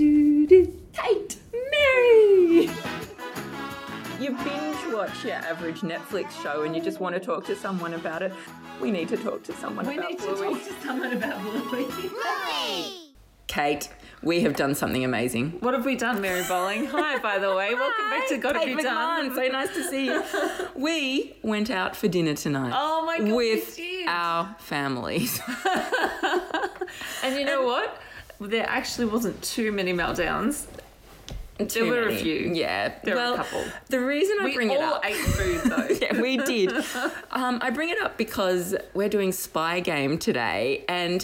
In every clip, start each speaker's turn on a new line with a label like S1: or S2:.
S1: Kate Mary.
S2: You binge watch your average Netflix show and you just want to talk to someone about it. We need to talk to someone
S1: We
S2: about
S1: need to
S2: Bluey.
S1: talk to someone about Bluey.
S2: Kate, we have done something amazing.
S1: What have we done, Mary Bowling? Hi, by the way. Welcome back to Gotta
S2: Kate
S1: Be Done.
S2: McMahon, so nice to see you. we went out for dinner tonight.
S1: Oh my God, we
S2: With
S1: did.
S2: our families.
S1: And you know what? There actually wasn't too many meltdowns.
S2: Too
S1: were a few.
S2: Yeah.
S1: There were a
S2: well,
S1: couple.
S2: The reason I
S1: We
S2: bring it
S1: all
S2: up.
S1: ate food though.
S2: yeah, we did. Um, I bring it up because we're doing Spy Game today, and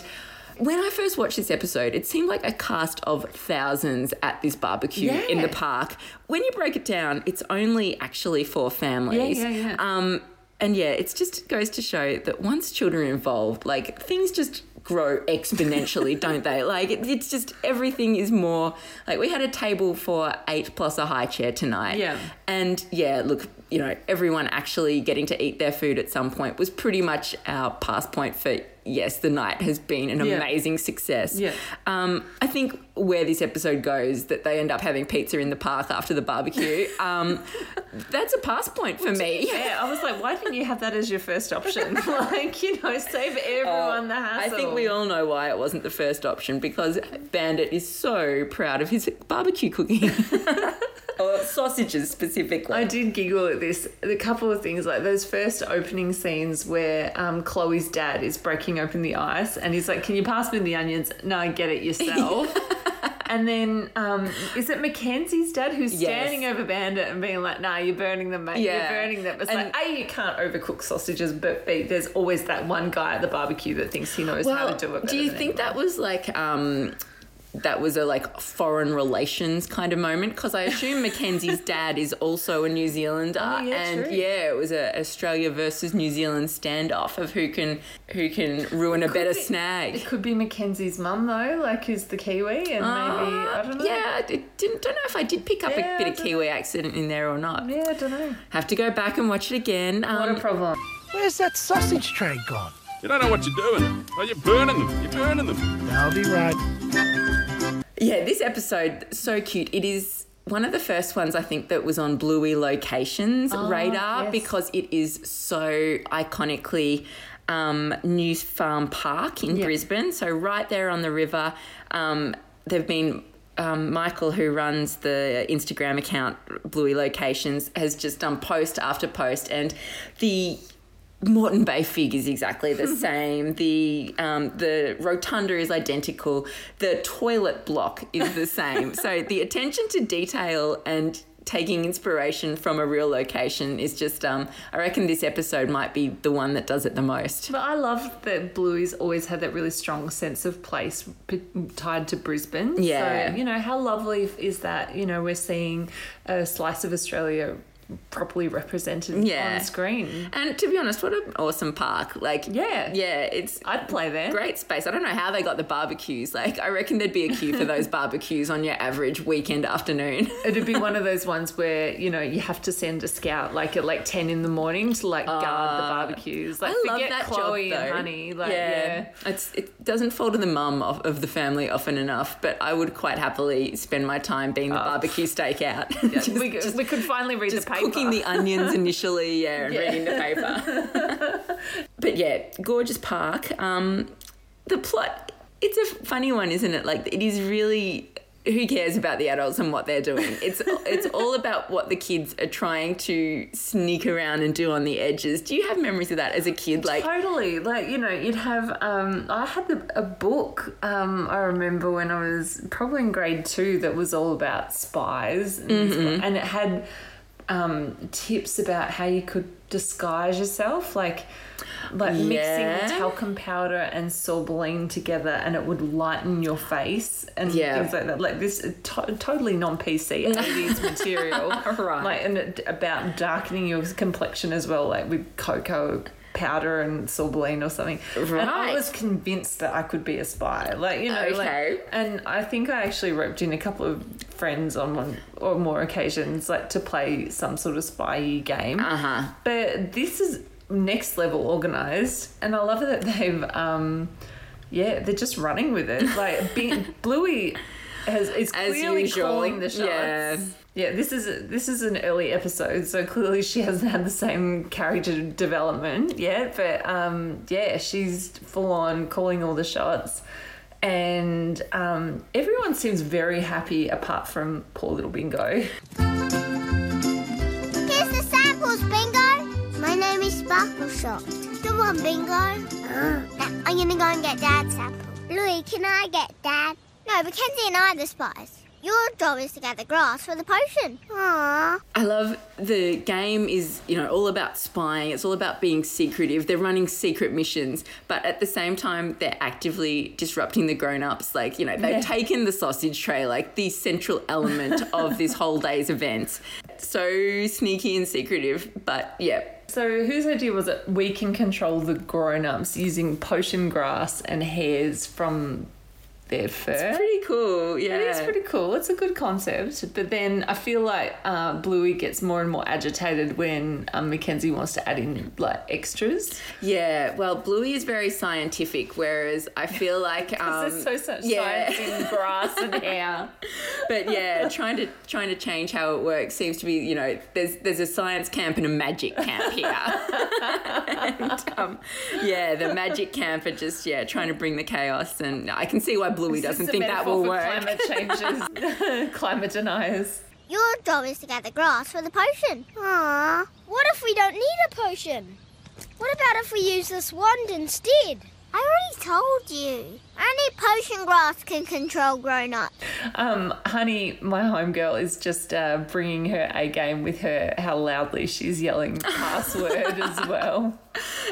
S2: when I first watched this episode, it seemed like a cast of thousands at this barbecue
S1: Yeah.
S2: in the park. When you break it down, it's only actually four families.
S1: Yeah, yeah, yeah.
S2: Um, and yeah, it's just goes to show that once children are involved, like things just grow exponentially, don't they? Like it, it's just everything is more like we had a table for eight plus a high chair tonight.
S1: Yeah.
S2: And yeah, look, you know, everyone actually getting to eat their food at some point was pretty much our past point for yes, the night has been an
S1: Yeah.
S2: amazing success.
S1: Yeah.
S2: Um, I think where this episode goes, that they end up having pizza in the park after the barbecue, um, that's a past point for me.
S1: Yeah, I was like, why didn't you have that as your first option? like, you know, save everyone the
S2: Oh, I
S1: hassle.
S2: think we all know why it wasn't the first option because Bandit is so proud of his barbecue cooking. or sausages specifically.
S1: I did giggle at this. A couple of things, like those first opening scenes where um, Chloe's dad is breaking open the ice and he's like, Can you pass me the onions? No, I get it yourself. And then, um, is it Mackenzie's dad who's standing over Bandit and being like, "Nah, you're burning them, mate.
S2: Yeah.
S1: You're burning them." It's
S2: And-
S1: like, a, you can't overcook sausages, but b, there's always that one guy at the barbecue that thinks he knows how to do it. better
S2: you
S1: than
S2: think that was like um that was a like foreign relations kind of moment because I assume Mackenzie's dad is also a New Zealander,
S1: Oh, yeah,
S2: and
S1: true.
S2: yeah, it was a Australia versus New Zealand standoff of who can who can ruin a better
S1: be-
S2: snag.
S1: It could be Mackenzie's mum though, like who's the Kiwi, and maybe I don't know.
S2: Ah, Yeah, I did- didn't don't know if I did pick up
S1: Yeah,
S2: a bit
S1: I
S2: of
S1: don't
S2: Kiwi accent in there or not.
S1: yeah, I don't know.
S2: Have to go back and watch it again.
S1: What a
S2: Um,
S1: problem.
S3: Where's that sausage tray gone?
S4: You don't know what you're doing. Oh, you're burning them. You're burning them.
S3: I'll be right.
S2: yeah, this episode so cute. It is one of the first ones I think that was on Bluey Locations radar
S1: yes.
S2: because it is so iconically um, New Farm Park in Brisbane. So right there on the river, um, they've been. Um, Michael, who runs the Instagram account Bluey Locations, has just done post after post, and the Moreton Bay fig is exactly the same. The um, the rotunda is identical. The toilet block is the same. so the attention to detail and taking inspiration from a real location is just. Um, I reckon this episode might be the one that does it the most.
S1: But I love that Bluey's always had that really strong sense of place p- tied to Brisbane.
S2: Yeah.
S1: So, you know, how lovely f- is that? You know, we're seeing a slice of Australia properly represented
S2: Yeah.
S1: on screen.
S2: And to be honest, what an awesome park! Like
S1: Yeah.
S2: yeah, it's.
S1: I'd play there.
S2: Great space. I don't know how they got the barbecues. Like, I reckon there'd be a queue for those barbecues on your average weekend afternoon.
S1: It'd be one of those ones where, you know, you have to send a scout like at like 10 in the morning to like guard the barbecues. Like,
S2: Ah. I love
S1: forget
S2: that
S1: Chloe
S2: job, though.
S1: and Honey. Like, yeah.
S2: It's, it doesn't fall to the mum of, of the family often enough, but I would quite happily spend my time being the barbecue stakeout. just
S1: Oh. we, could- we could finally read
S2: just
S1: the paper.
S2: cooking the onions initially, yeah, and reading the paper. but yeah, gorgeous park. Um, the plot, it's a funny one, isn't it? Like, it is really. Who cares about the adults and what they're doing? It's it's all about what the kids are trying to sneak around and do on the edges. Do you have memories of that as a kid? Like
S1: Totally. Like, you know, you'd have, um, I had the, a book, um, I remember when I was probably in grade two that was all about spies. And,
S2: Mm-hmm.
S1: and it had um, tips about how you could disguise yourself, like, like
S2: Yeah.
S1: mixing talcum powder and sorbeline together and it would lighten your face and
S2: Yeah.
S1: things like that. Like, this uh, to- totally non PC 80s material.
S2: Right.
S1: Like, and it, about darkening your complexion as well, like with cocoa powder and sorbeline or something. And I
S2: Right.
S1: was convinced that I could be a spy. Like, you know, like-
S2: Okay.
S1: and I think I actually roped in a couple of friends on one or more occasions, like to play some sort of spy game.
S2: Uh-huh.
S1: But this is next level organized, and I love that they've um, yeah, they're just running with it. Like be- Bluey has is
S2: As
S1: clearly
S2: usual,
S1: calling the shots.
S2: yeah.
S1: Yeah, this is this is an early episode, so clearly she hasn't had the same character development yet. But um, yeah, she's full on calling all the shots, and um, everyone seems very happy apart from poor little Bingo.
S5: Here's the samples, Bingo. My name is Sparkle Shot. Come on, Bingo. Now, I'm gonna go and get Dad's sample. Uh. Louis, can I get Dad? No, Mackenzie and I are the spies. Your job is to gather grass for the potion. Aww.
S2: I love the game is, you know, all about spying. It's all about being secretive. They're running secret missions, but at the same time, they're actively disrupting the grown-ups. Like, you know, they've taken the sausage tray, like the central element of this whole day's events. So sneaky and secretive, but yeah.
S1: So whose idea was it? We can control the grown-ups using potion grass and hairs from their fur.
S2: Pretty cool, yeah.
S1: It is pretty cool. It's a good concept, but then I feel like uh, Bluey gets more and more agitated when um, Mackenzie wants to add in like extras.
S2: Yeah, well, Bluey is very scientific, whereas I feel like um,
S1: There's so such
S2: yeah.
S1: science in grass and hair.
S2: but yeah, trying to trying to change how it works seems to be you know there's there's a science camp and a magic camp here. and, um, yeah, the magic camp are just yeah trying to bring the chaos, and I can see why Bluey doesn't
S1: It's a
S2: think that
S1: metaphor
S2: will
S1: for
S2: work.
S1: Climate changes, climate deniers.
S5: Your job is to gather grass for the potion. Aww. What if we don't need a potion? What about if we use this wand instead? I already told you. Only potion grass can control grown-ups.
S1: Um, honey, my homegirl is just uh, bringing her A game with her. How loudly she's yelling password as well.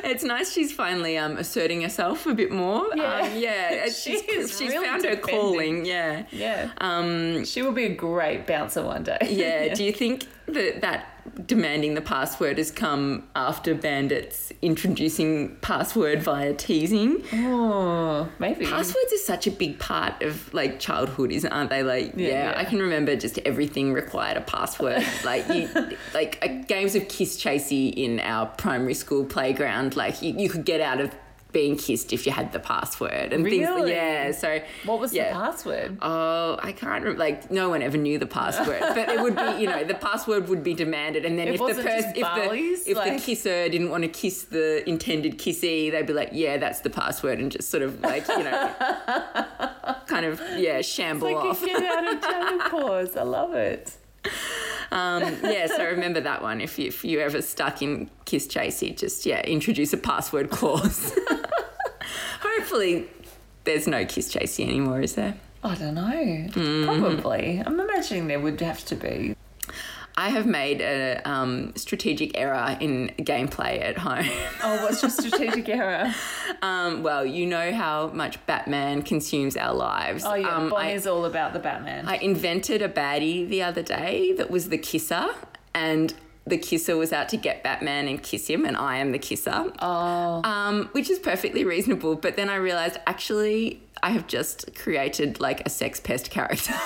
S2: It's nice she's finally um, asserting herself a bit more.
S1: Yeah.
S2: um, yeah
S1: She
S2: she's
S1: is
S2: she's
S1: really
S2: found her
S1: defending.
S2: calling. Yeah,
S1: Yeah,
S2: um,
S1: she will be a great bouncer one day.
S2: Yeah. Do you think that that demanding the password has come after bandits introducing password via teasing?
S1: Oh, maybe.
S2: Passwords are such a big part of like childhood, isn't aren't they? Like, yeah,
S1: yeah.
S2: I can remember just everything required a password. like, you, like uh, games of kiss chasey in our primary school playground. Like, you, you could get out of being kissed if you had the password and things.
S1: Really?
S2: Yeah. So
S1: What was
S2: yeah.
S1: the password?
S2: Oh, I can't remember. Like, no one ever knew the password, but it would be, you know, the password would be demanded, and then
S1: It
S2: if the
S1: wasn't
S2: person,
S1: just
S2: if
S1: Barley's,
S2: the if
S1: like-
S2: the kisser didn't want to kiss the intended kissee, they'd be like, yeah, that's the password, and just sort of like, you know, kind of yeah, shamble
S1: Like
S2: off.
S1: a kid out of Channel Pause. I love it.
S2: Um, yeah, so remember that one. If you if you ever stuck in kiss chasey, just yeah, introduce a password clause. Hopefully, there's no kiss chasey anymore, is there?
S1: I don't know.
S2: Mm.
S1: Probably. I'm imagining there would have to be.
S2: I have made a um, strategic error in gameplay at home.
S1: Oh, what's your strategic error?
S2: um, well, you know how much Batman consumes our lives.
S1: Oh, yeah.
S2: um, I,
S1: Bonnie's all about the Batman.
S2: I invented a baddie the other day that was the kisser, and the kisser was out to get Batman and kiss him, and I am the kisser. Oh. Um, which is perfectly reasonable, but then I realized actually I have just created like a sex pest character.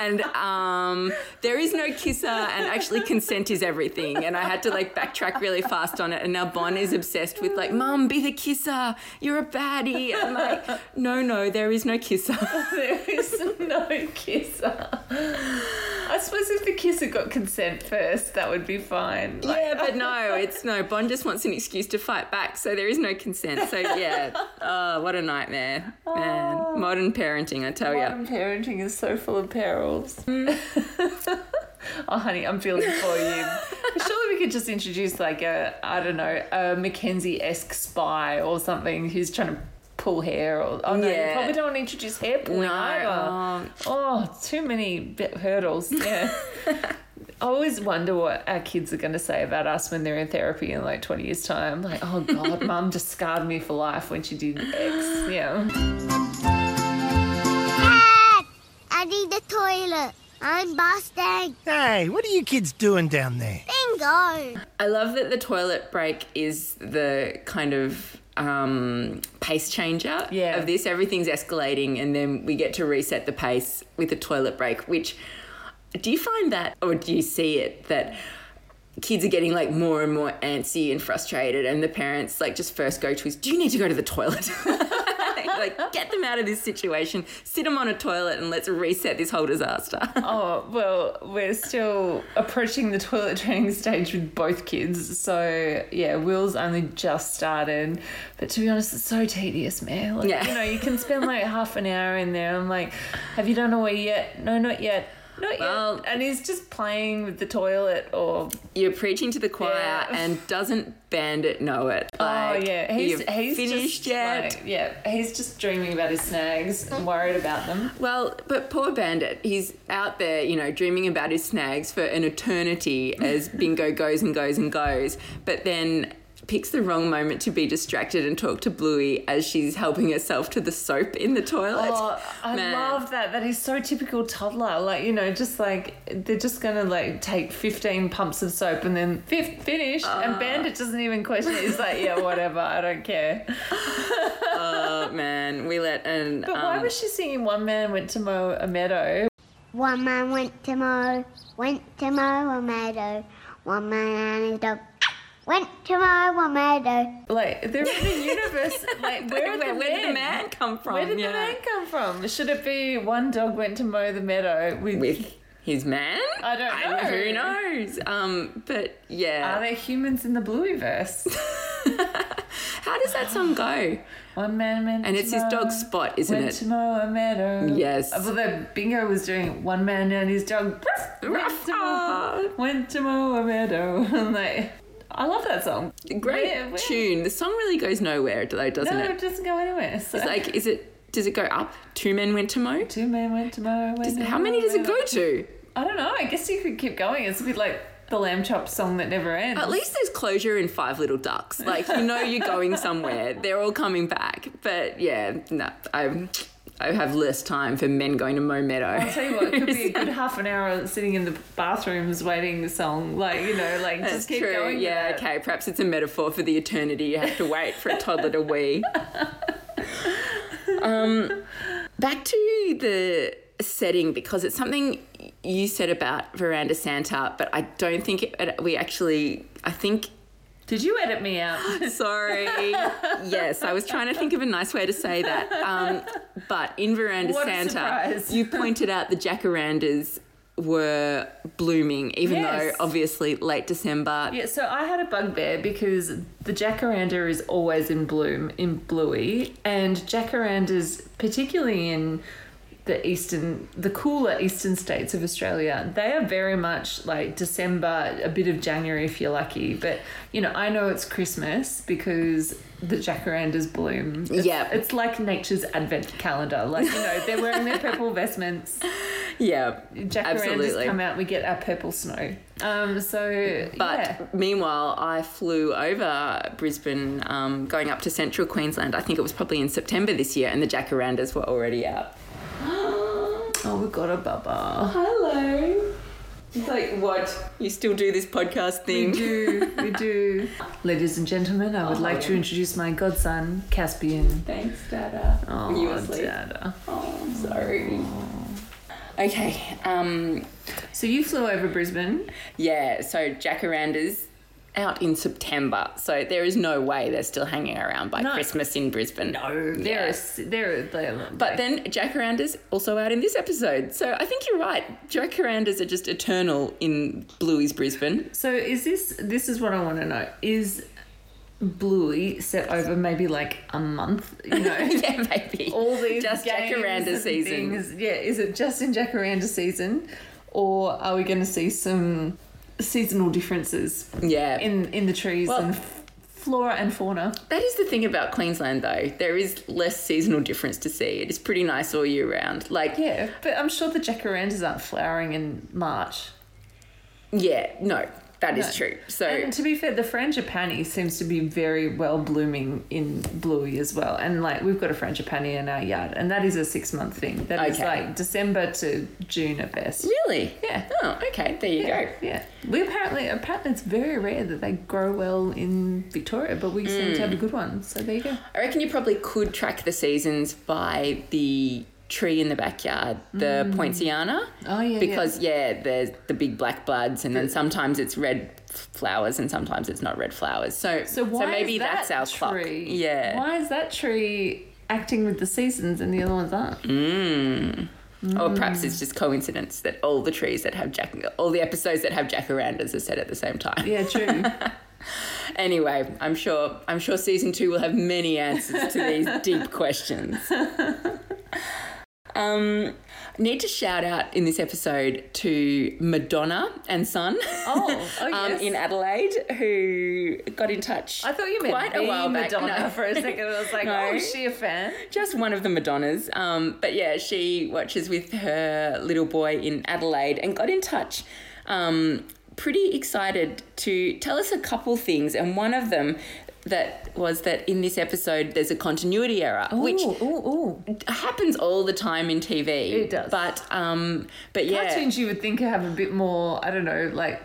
S2: and um, there is no kisser, and actually consent is everything. And I had to like backtrack really fast on it. And now Bon is obsessed with like, Mum, be the kisser. You're a baddie. And I'm like, no, no, there is no kisser.
S1: there is no kisser. I suppose if the kisser got consent first, that would be fine. Like,
S2: Yeah, but no, it's no. Bond just wants an excuse to fight back, so there is no consent. So yeah, oh, what a nightmare, man. Modern parenting, I tell you.
S1: Modern parenting is so full of perils. oh, honey, I'm feeling for you. Surely we could just introduce like a, I don't know, a Mackenzie-esque spy or something who's trying to pull hair or oh no you
S2: Yeah.
S1: probably don't want to introduce hair pulling
S2: No,
S1: either
S2: um,
S1: oh too many bit hurdles yeah I always wonder what our kids are going to say about us when they're in therapy in like 20 years time like oh god mum discarded me for life when she did X yeah
S5: Dad, I need the toilet. I'm busting.
S3: Hey, what are you kids doing down there?
S5: Bingo.
S2: I love that the toilet break is the kind of um, pace changer
S1: Yeah.
S2: of this. Everything's escalating, and then we get to reset the pace with a toilet break. Which do you find that, or do you see it that kids are getting like more and more antsy and frustrated and the parents like just first go to is do you need to go to the toilet like get them out of this situation sit them on a toilet and let's reset this whole disaster
S1: Oh, well, we're still approaching the toilet training stage with both kids. So, yeah, Will's only just started. But to be honest, it's so tedious, man. Like,
S2: Yeah.
S1: You know, you can spend like half an hour in there. I'm like, have you done away yet? No, not yet. Not
S2: Well-
S1: yet. And he's just playing with the toilet or.
S2: you're preaching to the choir
S1: Yeah.
S2: and doesn't bandit know it
S1: oh, yeah. He's,
S2: "You've
S1: he's
S2: finished
S1: just,
S2: yet
S1: like, yeah, he's just dreaming about his snags and worried about them.
S2: Well, but poor Bandit, he's out there, you know, dreaming about his snags for an eternity as Bingo goes and goes and goes, but then picks the wrong moment to be distracted and talk to Bluey as she's helping herself to the soap in the toilet.
S1: Oh, I
S2: Man.
S1: love that. That is so typical toddler. Like, you know, just like they're just going to like take 15 pumps of soap and then fifth finish.
S2: Uh.
S1: and Bandit doesn't even question it. He's like, yeah, whatever. I don't care.
S2: Oh, man, we let an
S1: But why
S2: um,
S1: was she singing One Man Went to Mow a Meadow?
S5: One man went to mow, went to mow a meadow. One man and his dog went to mow a meadow.
S1: Like, they're in the universe. Like, where are
S2: where,
S1: the
S2: where
S1: men?
S2: did the man come from?
S1: Where did
S2: Yeah.
S1: the man come from? Should it be one dog went to mow the meadow with.
S2: With his man?
S1: I don't know.
S2: who knows? Um, but
S1: are
S2: yeah.
S1: there humans in the Blueyverse?
S2: How does that song go?
S1: One man went
S2: And
S1: to
S2: it's his
S1: mow-
S2: dog Spot, isn't
S1: Went
S2: it?
S1: to mow a meadow.
S2: Yes.
S1: Uh, Well, the bingo was doing one man and his dog. Went to mow,
S2: ah.
S1: went to mow a meadow. I'm like, I love that song.
S2: Great
S1: Where- where-
S2: tune. The song really goes nowhere, though, doesn't
S1: No,
S2: it?
S1: it doesn't go anywhere. So.
S2: It's like, is it? Does it go up? Two men went to mow.
S1: two men went to mow. Went to
S2: How
S1: mow
S2: many
S1: a
S2: does it
S1: meadow.
S2: go to?
S1: I don't know. I guess you could keep going. It's a bit like the lamb chop song that never ends.
S2: At least there's closure in Five Little Ducks. Like you know, you're going somewhere. They're all coming back. But yeah, no, I, I have less time for men going to mow meadow.
S1: I'll tell you what, it could be a good half an hour sitting in the bathrooms waiting the song. Like, you know, like
S2: That's
S1: just keep
S2: true.
S1: going. with
S2: yeah.
S1: it.
S2: Okay. Perhaps it's a metaphor for the eternity you have to wait for a toddler to wee. um, back to the setting because it's something you said about Veranda Santa, but I don't think it, we actually. I think.
S1: Did you edit me out?
S2: Sorry. yes, I was trying to think of a nice way to say that. Um, but in Veranda
S1: What a
S2: Santa,
S1: surprise.
S2: you pointed out the jacarandas were blooming, even
S1: Yes.
S2: though obviously late December,
S1: Yeah, so I had a bugbear because the jacaranda is always in bloom in Bluey, and jacarandas, particularly in the eastern, the cooler eastern states of Australia, they are very much like December, a bit of January if you're lucky. But you know, I know it's Christmas because the jacarandas bloom. It's-
S2: Yeah.
S1: it's like nature's advent calendar. Like you know, they're wearing their purple vestments.
S2: Yeah,
S1: Jacarandas
S2: absolutely.
S1: come out, we get our purple snow. Um, so
S2: But
S1: yeah.
S2: meanwhile, I flew over Brisbane, um, going up to central Queensland. I think it was probably in September this year, and the jacarandas were already out.
S1: Oh, we got a bubba.
S2: Hello. It's like, what? You still do this podcast
S1: We
S2: thing?
S1: do, we do. Oh. Ladies and gentlemen, I would like to introduce my godson, Caspian.
S2: Thanks, Dada.
S1: Oh,
S2: you asleep?
S1: Dada.
S2: Oh, I'm sorry. Okay. Um,
S1: So you flew over Brisbane.
S2: yeah. So jacarandas out in September. So there is no way they're still hanging around by
S1: No.
S2: Christmas in Brisbane. No.
S1: They're, they're, they're
S2: But then jacarandas also out in this episode. So I think you're right. Jacarandas are just eternal in Bluey's Brisbane.
S1: so is this? This is what I want to know. Is Bluey set over maybe like a month? You know,
S2: yeah, maybe.
S1: all these
S2: just
S1: games
S2: jacaranda
S1: and
S2: season.
S1: things. Yeah, is it just in jacaranda season, or are we going to see some seasonal differences
S2: Yeah.
S1: in in the trees
S2: Well-
S1: and f- flora and fauna?
S2: that is the thing about Queensland though. There is less seasonal difference to see. It is pretty nice all year round. Like
S1: Yeah, but I'm sure the jacarandas aren't flowering in March.
S2: yeah, no, that is
S1: No.
S2: true. So
S1: And to be fair, the frangipani seems to be very well blooming in Bluey as well. And like we've got a frangipani in our yard, and that is a six month thing. That is
S2: Okay.
S1: like December to June at best.
S2: really?
S1: Yeah.
S2: Oh, okay. There you go.
S1: Yeah, we apparently apparently it's very rare that they grow well in Victoria, but we seem to have a good one. So there you go.
S2: I reckon you probably could track the seasons by the tree in the backyard, the poinciana.
S1: Mm. Oh, yeah, yeah.
S2: Because yeah, there's the big black buds, and then sometimes it's red f- flowers and sometimes it's not red flowers. So
S1: So why
S2: maybe
S1: is that
S2: that's our
S1: tree?
S2: clock. Yeah.
S1: Why is that tree acting with the seasons and the other ones aren't?
S2: Or perhaps it's just coincidence that all the trees that have jack all the episodes that have jacarandas are set at the same time.
S1: Yeah, true.
S2: Anyway, I'm sure I'm sure season two will have many answers to these deep questions. Um, need to shout out in this episode to Madonna and Son.
S1: Oh, oh,
S2: um,
S1: yes.
S2: in Adelaide, who got in touch.
S1: I thought you meant
S2: quite
S1: the
S2: a while back.
S1: Madonna
S2: No.
S1: for a second. I was like,
S2: No.
S1: oh, is she a fan?
S2: just one of the Madonnas. Um, but yeah, she watches with her little boy in Adelaide and got in touch. Um, pretty excited to tell us a couple things, and one of them that was that in this episode there's a continuity error, which
S1: ooh, ooh, ooh.
S2: happens all the time in TV.
S1: It does.
S2: but um, but yeah,
S1: Cartoons you would think have a bit more, I don't know, like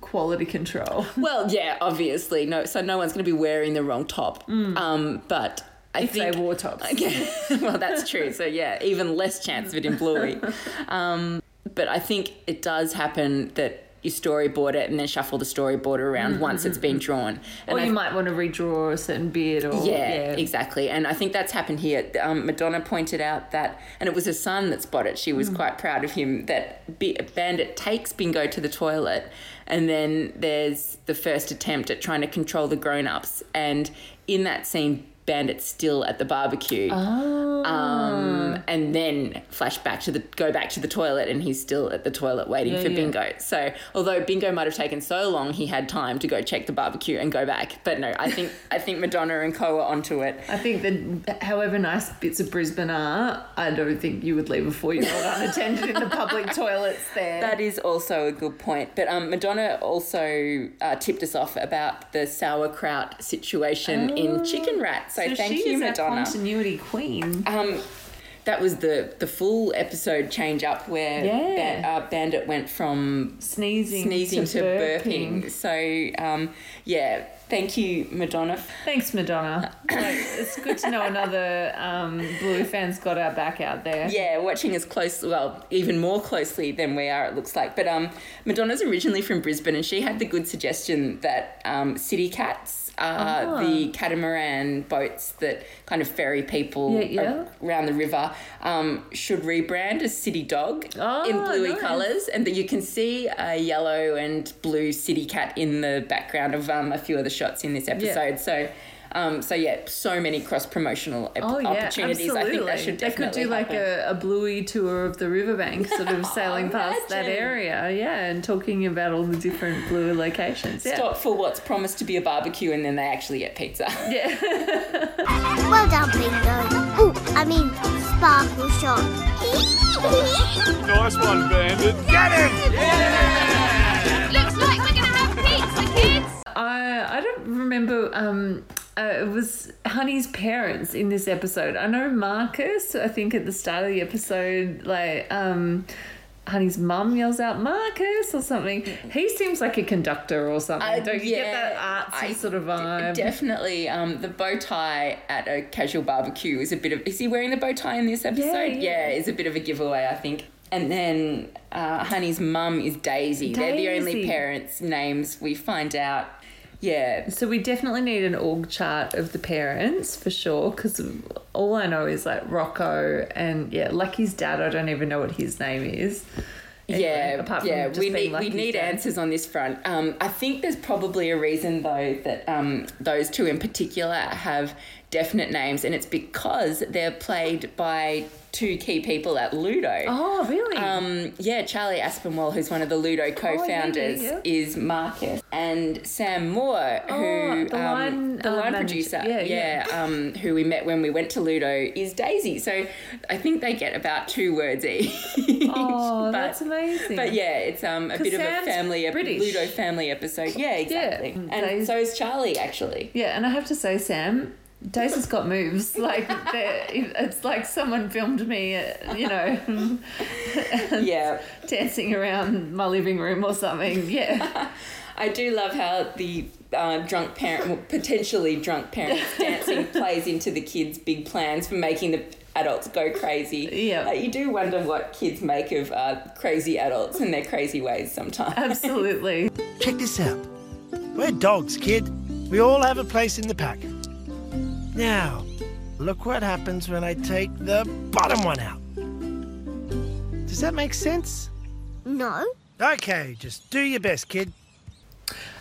S1: quality control.
S2: well, yeah, obviously, no. So no one's going to be wearing the wrong top. Um, but I
S1: Mm. If
S2: think
S1: they wore tops.
S2: Yeah, well, that's true. So yeah, even less chance of it in Bluey. Um, but I think it does happen that you storyboard it and then shuffle the storyboard around once it's been drawn. And
S1: Mm-hmm, Or
S2: I-
S1: you might want to redraw a certain beard or.
S2: yeah, exactly. And I think that's happened here. Um, Madonna pointed out that, and it was her son that spotted. She
S1: Mm.
S2: was quite proud of him that B- Bandit takes Bingo to the toilet, and then there's the first attempt at trying to control the grown-ups. And in that scene, Bandit's still at the barbecue.
S1: Oh, Ah.
S2: Um, and then flash back to the go back to the toilet, and he's still at the toilet waiting for
S1: yeah.
S2: Bingo. So although Bingo might have taken so long, he had time to go check the barbecue and go back. But no, I think I think Madonna and Co are onto it.
S1: I think that however nice bits of Brisbane are, I don't think you would leave a four year old unattended in the public toilets there.
S2: That is also a good point. But um, Madonna also uh, tipped us off about the sauerkraut situation in Chicken Rat. So,
S1: Ah. so
S2: thank
S1: she
S2: you,
S1: is
S2: Madonna.
S1: Our continuity queen.
S2: Um, that was the the full episode change up where
S1: Yeah.
S2: Ba- uh, Bandit went from
S1: sneezing,
S2: sneezing to, burping. So um, yeah, thank you, Madonna.
S1: Thanks, Madonna. Like, it's good to know another um, Blue fan's got our back out there.
S2: Yeah, watching us close, well, even more closely than we are, it looks like. But um, Madonna's originally from Brisbane, and she had the good suggestion that um, city cats are
S1: Ah.
S2: the catamaran boats that kind of ferry people
S1: Yeah, yeah.
S2: around the river, um, should rebrand as city dog in
S1: Oh,
S2: bluey
S1: nice.
S2: colours, and that you can see a yellow and blue city cat in the background of um, a few of the shots in this episode. So. Um, so yeah, so many cross promotional
S1: Oh yeah,
S2: opportunities.
S1: absolutely.
S2: I think that should
S1: they could
S2: definitely
S1: do like
S2: happen.
S1: a, a bluey tour of the riverbank, sort of sailing past that
S2: imagine.
S1: area, yeah, and talking about all the different bluey locations. Yeah.
S2: stop for what's promised to be a barbecue and then they actually get pizza.
S5: Well done, Bingo. Oh, I mean, Sparkle Shot.
S4: Nice one, Bandit.
S6: Looks like we're gonna have pizza, kids!
S1: I I don't remember. Um, uh, it was Honey's parents in this episode. I know Marcus. I think at the start of the episode, like um. Honey's mum yells out Marcus or something. He seems like a conductor or something.
S2: I-
S1: Don't you
S2: Uh, yeah,
S1: get that artsy
S2: I
S1: sort of vibe?
S2: Definitely, um, the bow tie at a casual barbecue is a bit of. Is he wearing the bow tie in this episode?
S1: Yeah, yeah.
S2: is a bit of a giveaway, I think. And then uh, Honey's mum is Daisy. They're the only
S1: Daisy.
S2: parents' names we find out. Yeah,
S1: So we definitely need an org chart of the parents for sure, because all I know is like Rocco and yeah, Lucky's dad. I don't even know what his name is. Anyway,
S2: yeah,
S1: apart from
S2: yeah.
S1: just
S2: we
S1: being
S2: need we
S1: Lucky's
S2: need
S1: dad.
S2: answers on this front. Um, I think there's probably a reason though that um, those two in particular have definite names, and it's because they're played by two key people at Ludo.
S1: Oh really?
S2: Um, yeah, Charlie Aspinwall, who's one of the Ludo co-founders,
S1: Oh, yeah. Oh,
S2: is Marcus, and Sam Moore, who
S1: the
S2: um,
S1: line,
S2: the
S1: uh,
S2: line
S1: manager.
S2: producer,
S1: Yeah,
S2: Um, who we met when we went to Ludo, is Daisy. So I think they get about two words each.
S1: oh,
S2: But-
S1: that's amazing.
S2: But yeah, it's um, a
S1: 'Cause
S2: bit of a
S1: Sam's
S2: family ep-
S1: British. Mm,
S2: Ludo family episode. Yeah, exactly. And
S1: Daisy-
S2: so is Charlie actually.
S1: yeah, and I have to say, Sam. Daisy's got moves. Like they're- it's like someone filmed me, uh, you know,
S2: Yeah.
S1: dancing around my living room or something. Yeah,
S2: I do love how the uh, drunk parent, well, potentially drunk parents dancing plays into the kids' big plans for making the adults go crazy.
S1: Yeah.
S2: Like, you do wonder what kids make of uh, crazy adults and their crazy ways sometimes.
S1: Absolutely.
S3: Check this out. We're dogs, kid. We all have a place in the pack. Now, look what happens when I take the bottom one out. Does that make sense?
S5: No.
S3: Okay, just do your best, kid.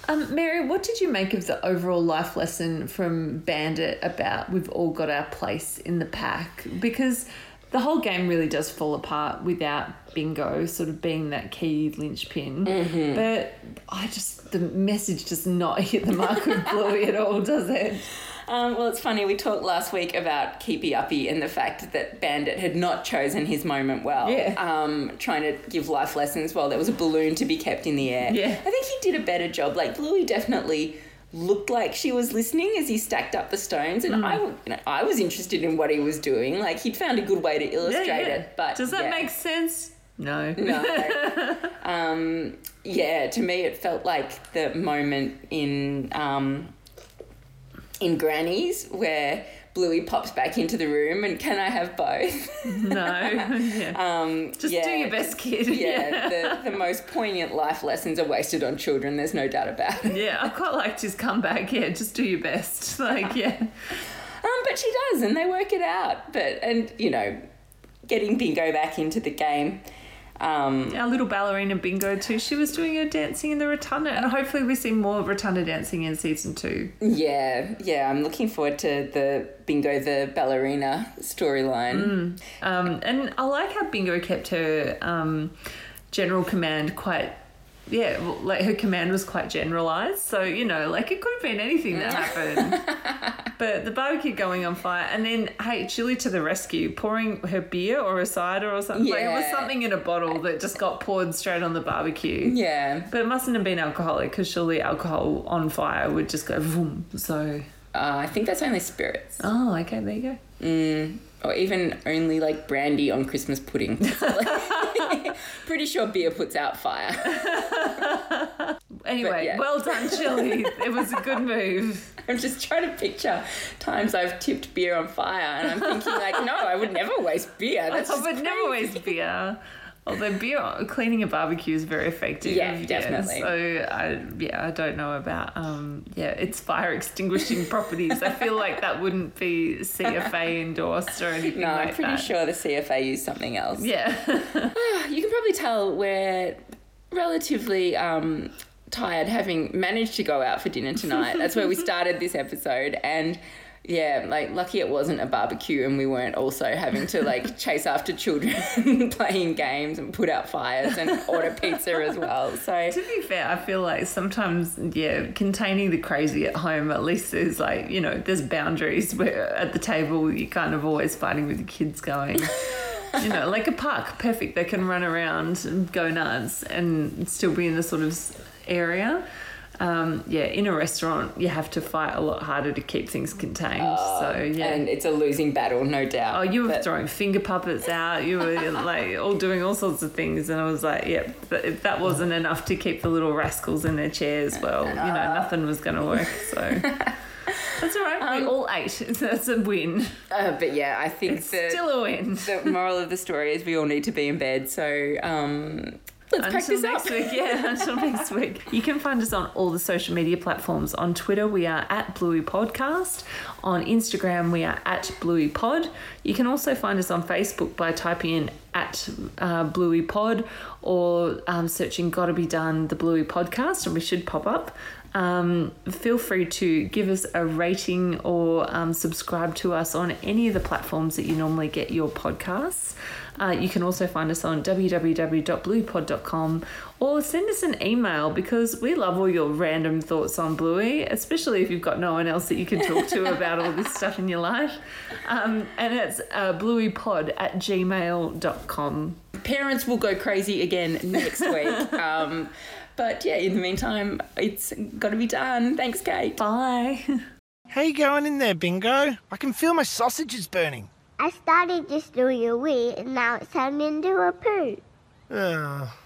S1: Um, Mary, what did you make of the overall life lesson from Bandit about we've all got our place in the pack? Because the whole game really does fall apart without Bingo sort of being that key linchpin. But I just, the message does not hit the mark with Bluey at all, does it?
S2: Um, well, it's funny, we talked last week about Keepy Uppy and the fact that Bandit had not chosen his moment well.
S1: Yeah.
S2: Um, trying to give life lessons while there was a balloon to be kept in the air.
S1: Yeah.
S2: I think he did a better job. Like, Bluey definitely looked like she was listening as he stacked up the stones
S1: Mm.
S2: and I, w- you know, I was interested in what he was doing like he'd found a good way to illustrate it but
S1: does that
S2: yeah.
S1: make sense? No.
S2: No. um, yeah, to me it felt like the moment in um, in Granny's where Bluey pops back into the room and can I have both?
S1: No. Yeah.
S2: Um,
S1: Just do your best, kid.
S2: Yeah, the, the most poignant life lessons are wasted on children. There's no doubt about it.
S1: Yeah, I quite liked his comeback. Yeah, just do your best. Like, yeah.
S2: Um, but she does, and they work it out. But and you know, getting Bingo back into the game. Um,
S1: Our little ballerina Bingo, too, she was doing her dancing in the Rotunda, and hopefully we see more Rotunda dancing in season two.
S2: Yeah, yeah, I'm looking forward to the Bingo the ballerina storyline.
S1: Um, and I like how Bingo kept her um, general command quite. Yeah, well, like her command was quite generalized, so you know, like it could have been anything that happened. but the barbecue going on fire, and then hey, Chili to the rescue, pouring her beer or a cider or something. Like, it was
S2: Yeah.
S1: something in a bottle that just got poured straight on the barbecue.
S2: Yeah,
S1: But it mustn't have been alcoholic because surely alcohol on fire would just go vroom. So,
S2: uh, I think that's only spirits,
S1: oh, okay, there you go.
S2: or even only like brandy on Christmas pudding. Pretty sure beer puts out fire.
S1: Anyway,
S2: yeah.
S1: well done, Chili. it was a good move.
S2: I'm just trying to picture times I've tipped beer on fire, and I'm thinking like, no, I would never waste beer. That's
S1: I
S2: just
S1: would Oh, never waste beer. Although beer cleaning a barbecue is very effective.
S2: Yeah, definitely.
S1: So I yeah, I don't know about um yeah, its fire extinguishing properties. I feel like that wouldn't be CFA endorsed or anything
S2: No,
S1: like
S2: I'm pretty
S1: that.
S2: sure the CFA used something else.
S1: Yeah.
S2: You can probably tell we're relatively um, tired, having managed to go out for dinner tonight. That's where we started this episode, and yeah, like lucky it wasn't a barbecue, and we weren't also having to like chase after children playing games and put out fires and order pizza as well. So
S1: To be fair, I feel like sometimes, yeah, containing the crazy at home, at least there's like, you know, there's boundaries where at the table you're kind of always fighting with the kids going. You know, like a park, perfect. They can run around and go nuts and still be in the sort of s- area. Um, yeah, in a restaurant, you have to fight a lot harder to keep things contained. so, yeah.
S2: and it's a losing battle, no doubt.
S1: Oh, you were
S2: But-
S1: throwing finger puppets out. You were like all doing all sorts of things, and I was like, "Yep, but if that wasn't enough to keep the little rascals in their chairs, well, you know, nothing was going to work." So that's all right. we all ate. So that's a win.
S2: Uh, but yeah, I think that
S1: Still a win.
S2: the moral of the story is we all need to be in bed. So um, let's pack
S1: Until
S2: this
S1: next
S2: up.
S1: week, yeah. Until next week, you can find us on all the social media platforms. On Twitter, we are at Bluey Podcast. On Instagram, we are at Bluey Pod. You can also find us on Facebook by typing in at uh, Bluey Pod or um, searching "Gotta Be Done" the Bluey Podcast, and we should pop up. Um, feel free to give us a rating or um, subscribe to us on any of the platforms that you normally get your podcasts. Uh, you can also find us on www.bluepod.com or send us an email because we love all your random thoughts on Bluey, especially if you've got no one else that you can talk to about all this stuff in your life. Um, and it's uh, blueypod at gmail.com.
S2: parents will go crazy again next week. Um, but yeah, in the meantime, it's got to be done. Thanks, Kate.
S1: Bye.
S3: How you going in there, Bingo? I can feel my sausages burning.
S5: I started just doing a wee and now it's turned into a poo.
S3: Oh,